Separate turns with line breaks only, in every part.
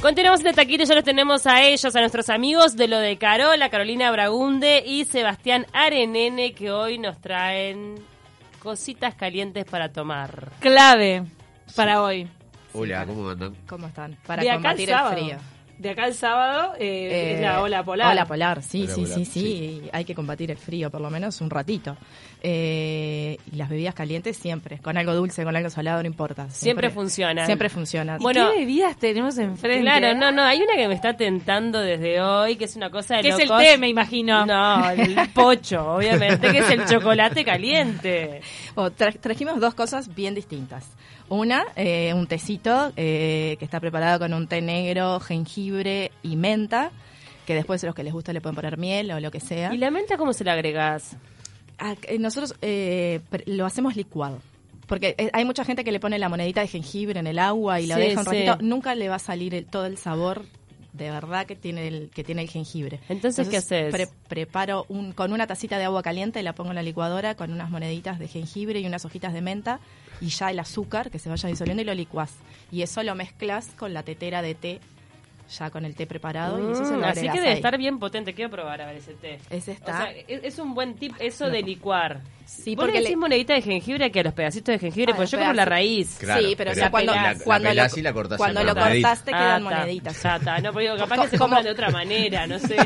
Continuamos este taquito y ya los tenemos a ellos, a nuestros amigos de lo de Carola, Carolina Bragunde y Sebastián Arenene, que hoy nos traen cositas calientes para tomar.
Clave para hoy.
Hola, ¿cómo andan?
¿Cómo están? Para
De acá al
combatir el
sábado.
frío.
De acá el sábado eh, es la
Eh,
ola polar.
Ola polar, sí,
Ola
sí,
polar,
sí, sí, y Hay que combatir el frío, por lo menos un ratito. Eh, y las bebidas calientes siempre, con algo dulce, con algo salado, no importa.
Siempre funcionan.
Siempre ¿eh? funciona.
Bueno,
¿Qué bebidas tenemos enfrente?
Claro, no, no, hay una que me está tentando desde hoy, que es una cosa de
Que es el
locos.
té, me imagino.
No, el pocho, obviamente, que es el chocolate caliente.
Bueno, Oh, tra- trajimos dos cosas bien distintas. Una, eh, un tecito eh, que está preparado con un té negro, jengibre y menta, que después los que les gusta le pueden poner miel o lo que sea.
¿Y la menta cómo se la agregás?
Ah, eh, Nosotros eh, pre- lo hacemos licuado. Porque eh, hay mucha gente que le pone la monedita de jengibre en el agua y lo
Sí,
deja un
sí.
ratito. Nunca le va a salir el- todo el sabor de verdad que tiene el, que tiene el jengibre.
Entonces, ¿qué haces?
preparo un, con una tacita de agua caliente, la pongo en la licuadora con unas moneditas de jengibre y unas hojitas de menta y ya el azúcar que se vaya disolviendo y lo licuás. Y eso lo mezclas con la tetera de té, ya con el té preparado. y eso se
Mm,
lo
así
agregás
que debe
ahí.
estar bien potente, quiero probar a ver ese té.
Ese está.
O sea, es, es un buen tip eso de licuar.
Sí,
¿Vos le
porque le-
decís monedita de jengibre que a los pedacitos de jengibre?
Ah,
pues
los
yo como la
pedazos.
raíz.
Claro,
sí, pero,
pero
o sea,
la
cuando,
pelás-
la
cuando
pelás
lo,
y la cortás
cuando
en
lo
moneditas.
cortaste
Ah,
quedan
ta,
moneditas.
Ya está, no, porque digo, capaz que se
Como-
compra de otra manera, no sé.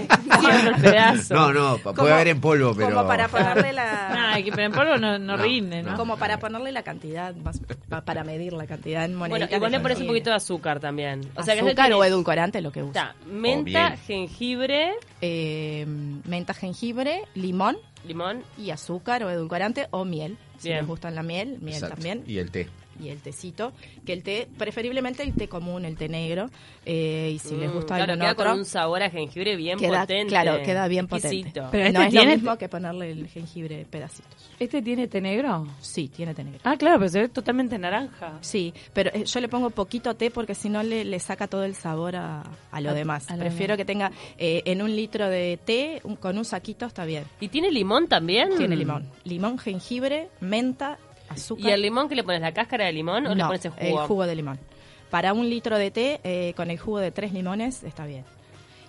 Siempre el pedazo.
No, no, pa- puede haber en polvo, pero.
Como para ponerle la...
Ay, que pero en polvo no, no
No,
rinde, ¿no?
no.
Como para ponerle la cantidad, más, pa- para medir la cantidad en
Bueno,
moneditas.
y vos
de
le pones un
jengibre.
poquito de azúcar también. O sea, que
Azúcar
no
o edulcorante, lo que uses.
Está, menta,
miel.
jengibre,
Eh, menta, jengibre, limón
limón.
y azúcar o edulcorante o miel. Si
Bien.
les gustan la miel, miel
Exacto.
también.
Y el té.
Y el tecito, que el té, preferiblemente el té común, el té negro. eh, y si les
Mm,
gusta
claro,
algún
queda
otro,
con un sabor a jengibre bien
queda,
potente.
claro, queda bien potente.
Exquisito.
Pero este
no es
tiene-
lo mismo que ponerle el jengibre pedacitos.
¿Este tiene té negro?
Sí, tiene té negro.
Ah, claro, pero se ve totalmente naranja.
Sí, pero eh, yo le pongo poquito té porque si no le, le saca todo el sabor a, a lo
A-
demás.
a lo
Prefiero que tenga eh, en un litro de té, un- con un saquito está bien.
¿Y tiene limón también?
Tiene limón. Limón, jengibre, menta, azúcar.
Mm. ¿Y el limón que le pones? ¿La cáscara de limón o le
No,
pones el jugo?
de limón. Para un litro de té, eh, con el jugo de tres limones, está bien.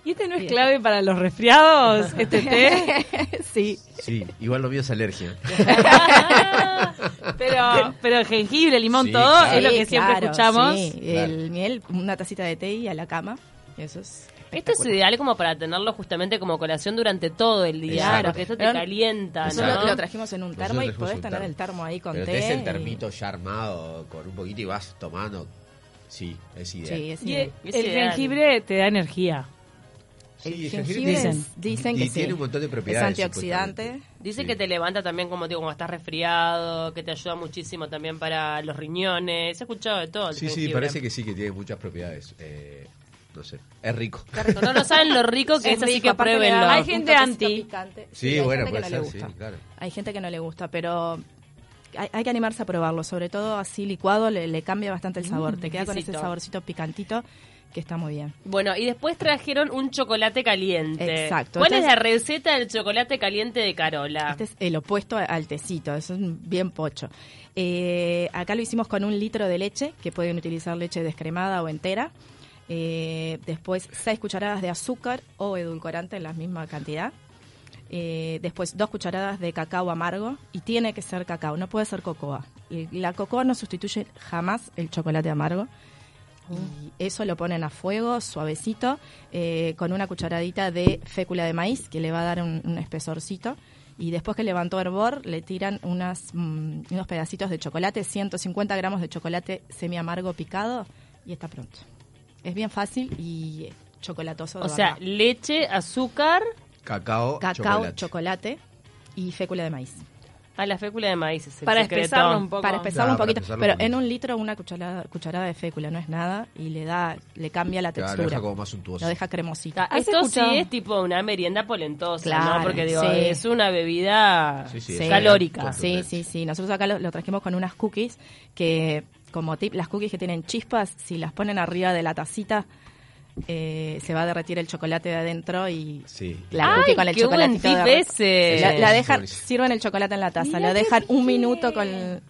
¿Y este no es
Sí.
clave para los resfriados? ¿Este té?
sí.
Sí, igual lo mío es alergia.
pero, pero jengibre, limón,
Sí,
todo,
claro.
es lo
Sí,
que siempre
claro,
escuchamos.
sí.
Claro.
El miel, una tacita de té y a la cama. Eso es.
Esto Este es
espectacular.
ideal como para tenerlo justamente como colación durante todo el día,
Exacto.
porque esto te
Pero-
calienta,
Nosotros
¿no?
Exacto.
lo trajimos en un termo
Nosotros
y
trajimos
podés
un
tener el termo ahí con
Pero
té.
tenés el
y-
termito ya armado con un poquito y vas tomando. Sí, es ideal.
Sí, es
Y
ideal.
el,
Es
el
ideal.
jengibre te da energía.
Sí,
El
el
jengibre
jengibre
dicen,
es-
dicen
y
que sí.
tiene un montón de
Es
propiedades,
antioxidante.
supuestamente.
Dice
Sí.
que te levanta también, como digo, cuando estás resfriado, que te ayuda muchísimo también para los riñones. He escuchado de todo. el
Sí, sí,
jengibre.
parece que sí, que tiene muchas propiedades. Eh, no sé, es rico.
Está rico.
No, no saben lo rico que es, así
rico,
que
aparte le da
pruébenlo.
un
Hay gente
toquecito
anti.
picante.
Sí,
hay
bueno,
gente que
puede
no le
ser,
gusta.
sí, claro.
Hay gente que no le gusta, pero hay, hay que animarse a probarlo. Sobre todo así licuado le, le cambia bastante
Mm,
el sabor. Te queda con ese
exquisito.
saborcito picantito que está muy bien.
Bueno, y después trajeron un chocolate caliente.
Exacto.
¿Cuál es
Entonces-
la receta del chocolate caliente de Carola?
Este es el opuesto al tecito, es un bien pocho. Eh, acá lo hicimos con un litro de leche, que pueden utilizar leche descremada o entera. Eh, después, seis cucharadas de azúcar o edulcorante en la misma cantidad. Eh, después, dos cucharadas de cacao amargo. Y tiene que ser cacao, no puede ser cocoa. Y La cocoa no sustituye jamás el chocolate amargo.
Ah.
Y eso lo ponen a fuego, suavecito, eh, con una cucharadita de fécula de maíz que le va a dar un, un espesorcito. Y después que levantó hervor, le tiran unas, mm, unos pedacitos de chocolate, 150 gramos de chocolate semi amargo picado y está pronto. Es bien fácil y eh, chocolatoso. de
o sea,
verdad.
leche, azúcar.
Cacao,
cacao,
Oh, chocolate.
chocolate. y fécula de maís.
A la fécula de maíz es el
Para
secreto.
espesarlo un poco.
Para espesar
Ah,
un
para
poquito,
espesarlo
pero
un
en
poquito.
un litro una cucharada, cucharada de fécula no es nada y le da, le cambia la
Claro,
textura.
lo deja como más suntuoso.
Lo deja cremosito.
Ta,
¿Has
Esto
escuchado?
sí es tipo una merienda polentosa, ¿no?
Claro,
Porque digo,
sí.
es una bebida
Sí, sí,
Sí.
calórica.
Con
Sí,
Contundente.
sí, sí. Nosotros acá lo, lo trajimos con unas cookies que, como tip, las cookies que tienen chispas, si las ponen arriba de la tacita, eh, se va a derretir el chocolate de adentro y
Sí.
la
Ay,
cookie con el
qué buen
chocolatito
tip
derre-
ese.
La, la dejan,
Buenísimo.
sirven el chocolate en la taza,
Mirá
lo dejan
qué
un
bien.
minuto con,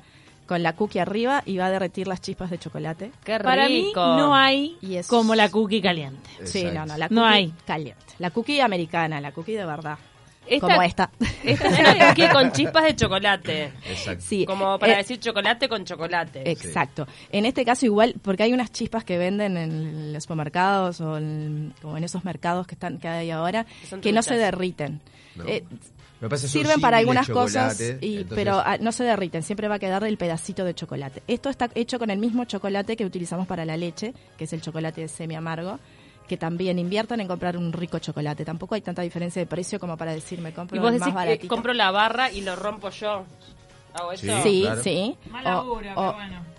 con la cookie arriba y va a derretir las chispas de chocolate.
Qué rico.
Para mí no hay
Y es-
como la cookie caliente.
Sí,
Exacto.
no, no, la cookie
No hay.
caliente. La cookie americana, la cookie de verdad.
Esta-
Como esta.
Esta es una cookie con chispas de chocolate.
Exacto.
Sí.
Como para
Eh,
decir chocolate con chocolate.
Exacto. En este caso igual, porque hay unas chispas que venden en los supermercados o en, como en esos mercados que están que hay ahora,
Son
que no
truchas.
se derriten.
No.
Eh,
Lo que pasa es que son
sirven para
símiles
algunas cosas,
chocolates,
y,
entonces-
pero ah, no se derriten, siempre va a quedar el pedacito de chocolate. Esto está hecho con el mismo chocolate que utilizamos para la leche, que es el chocolate semi amargo, que también inviertan en comprar un rico chocolate. Tampoco hay tanta diferencia de precio como para decirme compro
Y vos
el más
decís que
baratito.
compro la barra y lo rompo yo. ¿Hago eso?
Sí.
Sí,
Claro.
sí. O- o-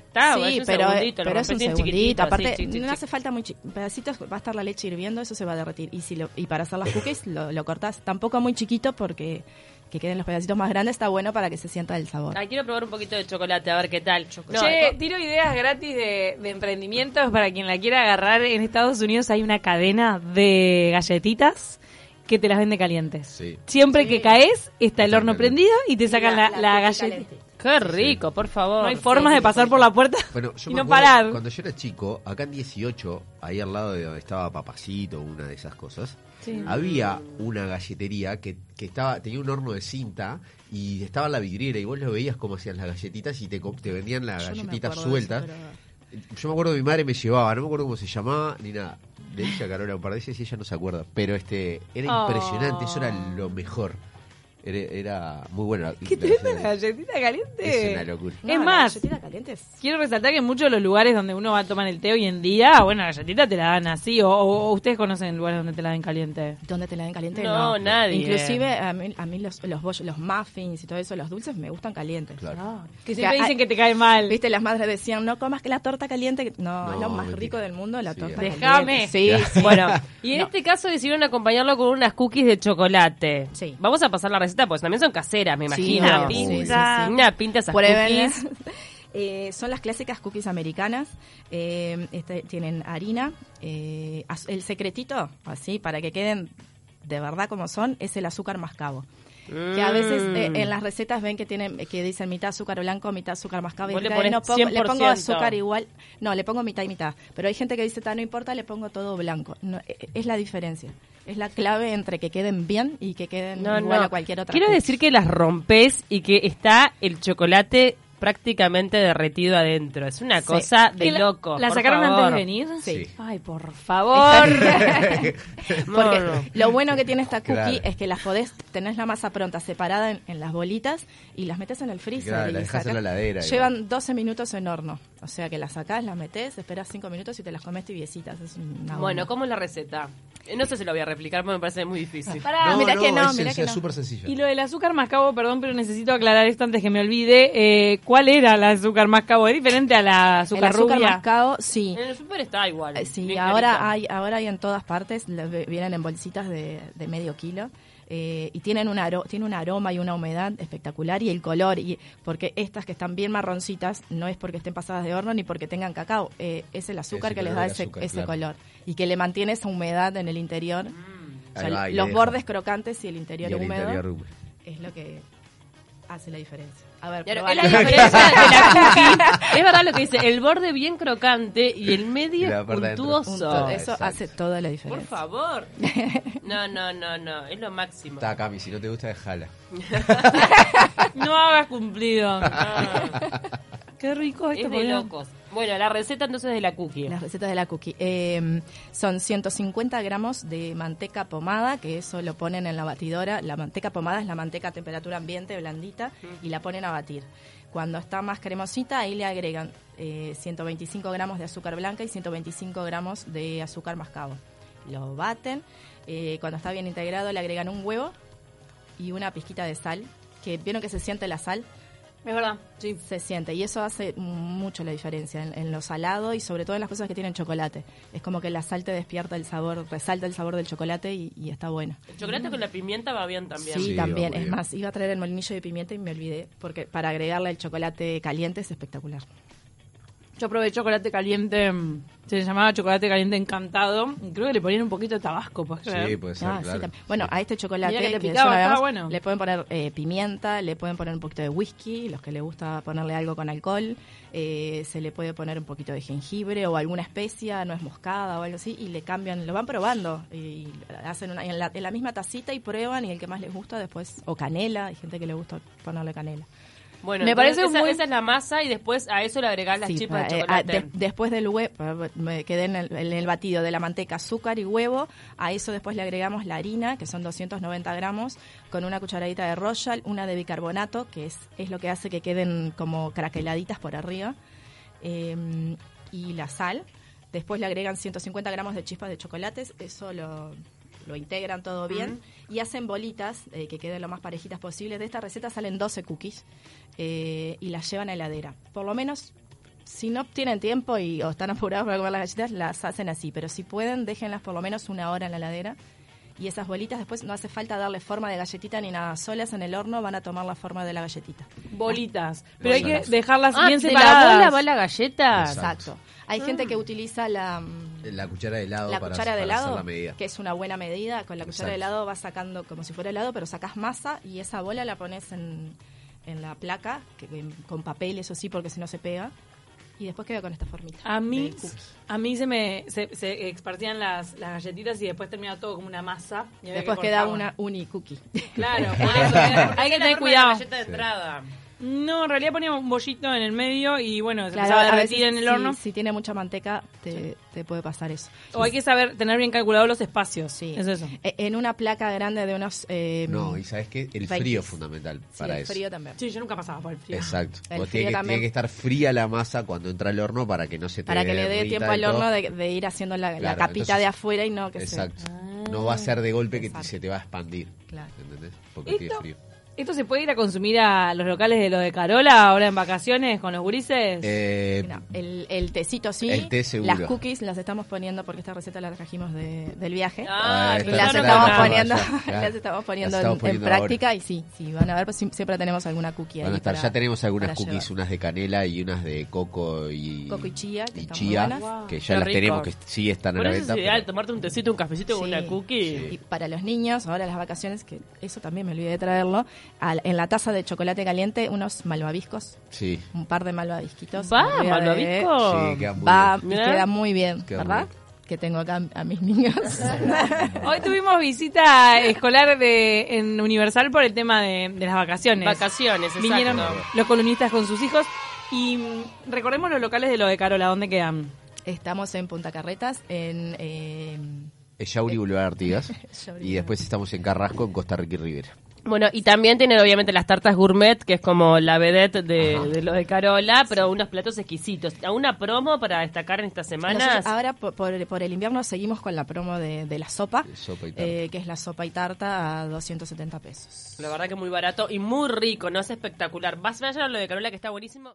Está,
sí,
es un
pero,
segundito, lo
pero es un
rompes bien
segundito.
chiquitito,
Aparte,
así, chi, chi,
no
chi.
hace falta muy chi- pedacitos. Va a estar la leche hirviendo, eso se va a derretir. Y si lo- y para hacer las cookies lo, lo cortas tampoco muy chiquito porque que queden los pedacitos más grandes está bueno para que se sienta el sabor.
Ay, quiero probar un poquito de chocolate, a ver qué tal. No,
che,
co-
tiro ideas gratis de, de emprendimientos para quien la quiera agarrar. En Estados Unidos hay una cadena de galletitas que te las vende calientes.
Sí.
Siempre que caes, está el
Está
horno
caliente.
prendido y te sacan la,
la-
la,
la cookie
galletita.
caliente.
qué rico, por favor.
No hay formas de pasar por la puerta
Bueno, yo
y
me
no
acuerdo,
parar.
Cuando yo era chico, acá en 18, ahí al lado de donde estaba Papacito, una de esas cosas, había una galletería que, que estaba tenía un horno de cinta y estaba la vidriera y vos lo veías como hacían las galletitas y te, co- te vendían las
Yo no me
galletitas
acuerdo de eso,
sueltas.
pero-
Yo me acuerdo que mi madre me llevaba, no me acuerdo cómo se llamaba ni nada. Le dije a Carola un par de veces y ella no se acuerda. Pero este era
Oh.
impresionante, eso era lo mejor. Era, era muy bueno.
¡Qué tremenda la galletita caliente!
Es una locura.
Es
la
más,
galletita caliente es-
Quiero resaltar que en muchos de los lugares donde uno va a tomar el té hoy en día, bueno, la galletita te la dan así, o, o- o ustedes conocen lugares donde te la dan caliente.
¿Dónde te la den caliente?
No, nadie.
Inclusive a mí, a mí los, los, bollos- los muffins y todo eso, los dulces me gustan calientes.
Claro.
Que
Que
siempre
hay-
dicen que te cae mal.
Viste, las madres decían, no comas que la torta caliente. que-". No,
No,
es lo más
mentira.
rico del mundo, la
Sí,
torta
es.
caliente.
Déjame.
Sí, sí.
Bueno, y en este caso decidieron acompañarlo con unas cookies de chocolate.
Sí.
Vamos a pasar la receta, pues también son caseras, me
Sí,
imagino.
no,
Una
sí,
pinta,
sí, sí.
una pinta esas
Pruébenla.
cookies.
Eh, son las clásicas cookies americanas. Eh, este- tienen harina. eh, az- el secretito, así, para que queden de verdad como son, es el azúcar mascabo. Que a veces eh,
Mm.
en las recetas ven que tienen eh, que dicen mitad azúcar blanco, mitad azúcar mascabo. y
Vos le
dicen, "Ay, no
ponés
pongo- le pongo
100%.
azúcar igual. No, le pongo mitad y mitad. Pero hay gente que dice, "Ta, no importa, le pongo todo blanco. No, eh, eh, es la diferencia. Es la clave entre que queden bien y que queden
No,
igual
no.
a cualquier otra.
Quiero
cosa.
decir que las rompes y que está el chocolate prácticamente derretido adentro. Es una
Sí.
cosa de
Que la-
loco.
¿La
por
sacaron antes
favor.
de venir?
Sí.
Ay, por favor.
Porque
No, no.
lo bueno que tiene esta cookie
Claro.
es que las podés, tenés la masa pronta separada en, en las bolitas y las metes en el freezer.
Claro,
y
la dejás en la heladera
Llevan
igual.
12 minutos en horno. O sea que las sacás, las metés, esperás 5 minutos y te las comes tibiecitas. Es una
Bueno,
bomba.
¿cómo es la receta? Eh, No sé si lo voy a replicar porque me parece muy difícil.
Pará.
No, mirá que no,
es
mirá
sencilla,
que no.
súper sencilla.
Y lo del azúcar mascabo, perdón, pero necesito aclarar esto antes que me olvide. Eh, ¿Cuál era la azúcar mascabo? ¿Es diferente a la
el
azúcar,
azúcar
rubia?
mascabo, sí.
En el super está igual.
Eh, Sí,
bien clarita.
ahora hay, ahora hay en todas partes, las ve- vienen en bolsitas de, de medio kilo eh, y tienen un, aro- tiene un aroma y una humedad espectacular y el color, y porque estas que están bien marroncitas no es porque estén pasadas de horno ni porque tengan cacao, eh, es el azúcar
Ese
que les
color
da
del
ese,
azúcar,
ese
claro.
color y que le mantiene esa humedad en el interior, O sea,
Mm. Ahí va, y
los
le deja.
bordes crocantes y el
Y
interior
el
húmedo
interior húmedo.
es lo que hace la diferencia. A ver,
Claro, es
probala.
la diferencia de la cookie. Es verdad lo que dice, el borde bien crocante y el medio
Y la parte adentro.
puntuoso.
Punto. Eso
Exacto.
hace toda la
Por
diferencia.
favor. No, no, no, no, es lo máximo.
Está, Cami, si no te gusta, déjala.
No hagas cumplido.
Ah,
Qué rico esto.
es de
boludo.
locos. Bueno, la receta entonces de la cookie.
Las recetas de la cookie. Eh, son 150 gramos de manteca pomada, que eso lo ponen en la batidora. La manteca pomada es la manteca a temperatura ambiente, blandita, y la ponen a batir. Cuando está más cremosita, ahí le agregan eh, 125 gramos de azúcar blanca y 125 gramos de azúcar mascabo. Lo baten. eh, cuando está bien integrado, le agregan un huevo y una pizquita de sal. Que vieron que se siente la sal.
Es verdad. Sí.
Se siente, y eso hace mucho la diferencia en, en lo salado y sobre todo en las cosas que tienen chocolate. Es como que la sal te despierta el sabor, resalta el sabor del chocolate y, y está buena.
El chocolate con la pimienta va bien también.
Sí,
Sí,
también.
va muy
Es
bien.
más, iba a traer el molinillo de pimienta y me olvidé, porque para agregarle el chocolate caliente es espectacular.
Yo probé chocolate caliente, mm, se le llamaba chocolate caliente encantado. y Creo que le ponían un poquito de tabasco, ¿puedes creer?
Sí, puede ser,
Ah, sí,
claro.
tam- bueno, a este chocolate
Mirá que
que ya
picaba,
lo
estaba
habíamos-
bueno.
le pueden poner eh, pimienta, le pueden poner un poquito de whisky, los que le gusta ponerle algo con alcohol, eh, se le puede poner un poquito de jengibre o alguna especia, nuez moscada o algo así, y le cambian, lo van probando. Y hacen una- en, la, en la misma tacita y prueban, y el que más les gusta después, o canela, hay gente que le gusta ponerle canela.
Bueno,
Me
entonces
parece
esa,
muy-
esa es la masa y después a eso le agregás las
Sí,
chipas de
eh, ah,
chocolate.
de- después del huevo, me quedé en el, en el batido de la manteca, azúcar y huevo. A eso después le agregamos la harina, que son 290 gramos, con una cucharadita de royal, una de bicarbonato, que es, es lo que hace que queden como craqueladitas por arriba, eh, y la sal. Después le agregan 150 gramos de chispas de chocolates, eso lo, lo integran todo bien y hacen bolitas eh, que queden lo más parejitas posible. De esta receta salen 12 cookies eh, y las llevan a heladera. Por lo menos si no tienen tiempo y, o están apurados para comer las galletas, las hacen así. Pero si pueden, déjenlas por lo menos una hora en la heladera. Y esas bolitas después no hace falta darle forma de galletita ni nada. Solas en el horno van a tomar la forma de la galletita.
Bolitas. Pero hay que
Bolitas.
dejarlas
Ah,
bien
de la bola
separadas.
va la galleta.
Exacto.
Exacto. Hay gente que utiliza la, mm,
La cuchara de helado
la
para,
cuchara de
para hacer
helado,
la medida.
que es una buena medida. Con la cuchara de
Exacto.
helado vas sacando como si fuera helado, pero sacas masa y esa bola la pones en, en la placa, que, que- con papel, eso sí, porque si no se pega. Y después queda con esta formita.
A mí,
de cookie.
a mí se me se, se esparcían las, las galletitas y después terminaba todo como una masa. y había
Después
que
queda
cortar.
una uni cookie.
Claro, por eso, eh, hay que tener cuidado.
Galleta de entrada.
No, en realidad poníamos un bollito en el medio y bueno, se
Claro,
empezaba a
a
derretir
veces
en el
si-
horno.
Si, tiene mucha manteca, te, te puede pasar eso.
O hay que saber tener bien calculados los espacios.
Sí.
Es eso.
E- En una placa grande de unos. eh,
No, y sabes que el
Veinte.
frío es fundamental
sí,
para
el
eso.
frío también.
Sí, yo nunca pasaba por el frío.
Exacto.
El
Vos
frío
tiene, que,
también.
tiene que estar fría la masa cuando entra al horno para que no se te
Para que le dé
derrita
tiempo
del
al
todo.
horno de, de ir haciendo la, la
Claro,
capita
entonces-
de afuera y no que se- Ah,
Exacto. Eh, No va a ser de golpe que
Exacto.
se te va a expandir.
Claro. Pues,
¿Entendés? Porque tiene
¿Esto,
frío.
¿Esto se puede ir a consumir a los locales de lo de Carola ahora en vacaciones con los gurises?
Eh,
No, el, el tecito sí.
El té seguro.
Las cookies las estamos poniendo porque esta receta la trajimos de- del viaje.
Ah,
Ah,
Y
esta
las
claro,
receta
estamos,
la
claro.
poniendo,
trajimos allá,
las
claro.
estamos poniendo
Las
en-
estamos
en,
poniendo ahora.
práctica y sí, sí, van a ver, pues, sim- siempre tenemos alguna cookie
Van a
ahí
estar,
para-
ya tenemos algunas
para
cookies,
llevar.
unas de canela y unas de coco y,
Coco y chía, que
y
están muy
chía,
buenas.
que ya
Qué
las
rico.
tenemos, que sí están a
Por
la
eso
venta.
es ideal
pero-
tomarte un tecito, un cafecito con
Sí.
una cookie.
Y para los niños, ahora las vacaciones, que eso también me olvidé de traerlo, al- en la taza de chocolate caliente, unos malvaviscos,
Sí,
un par de malvavisquitos.
Va,
Voy a ver.
malvavisco.
sí, queda muy
Oh, Va, y
bien.
queda muy bien,
Queda muy
¿verdad? Que tengo acá a mis niños.
Hoy tuvimos visita escolar de, en Universal por el tema de, de las vacaciones.
Vacaciones, exacto.
Vinieron los columnistas con sus hijos. Y mm, recordemos los locales de lo de Carola, ¿dónde quedan?
Estamos en Punta Carretas, en... eh,
Es Yauri Boulevard Artigas.
Yauri
y después estamos en Carrasco, en Costa Rica y Rivera.
Bueno, y también tienen obviamente las tartas gourmet, que es como la vedette de, de lo de Carola, pero unos platos exquisitos. ¿A una promo para destacar en estas semanas?
nosotros ahora por, por- por el invierno seguimos con la promo de, de la sopa,
De sopa y tarta.
eh, que es la sopa y tarta a 270 pesos.
La verdad que muy barato y muy rico, ¿no? Es espectacular. Vas a ver lo de Carola que está buenísimo.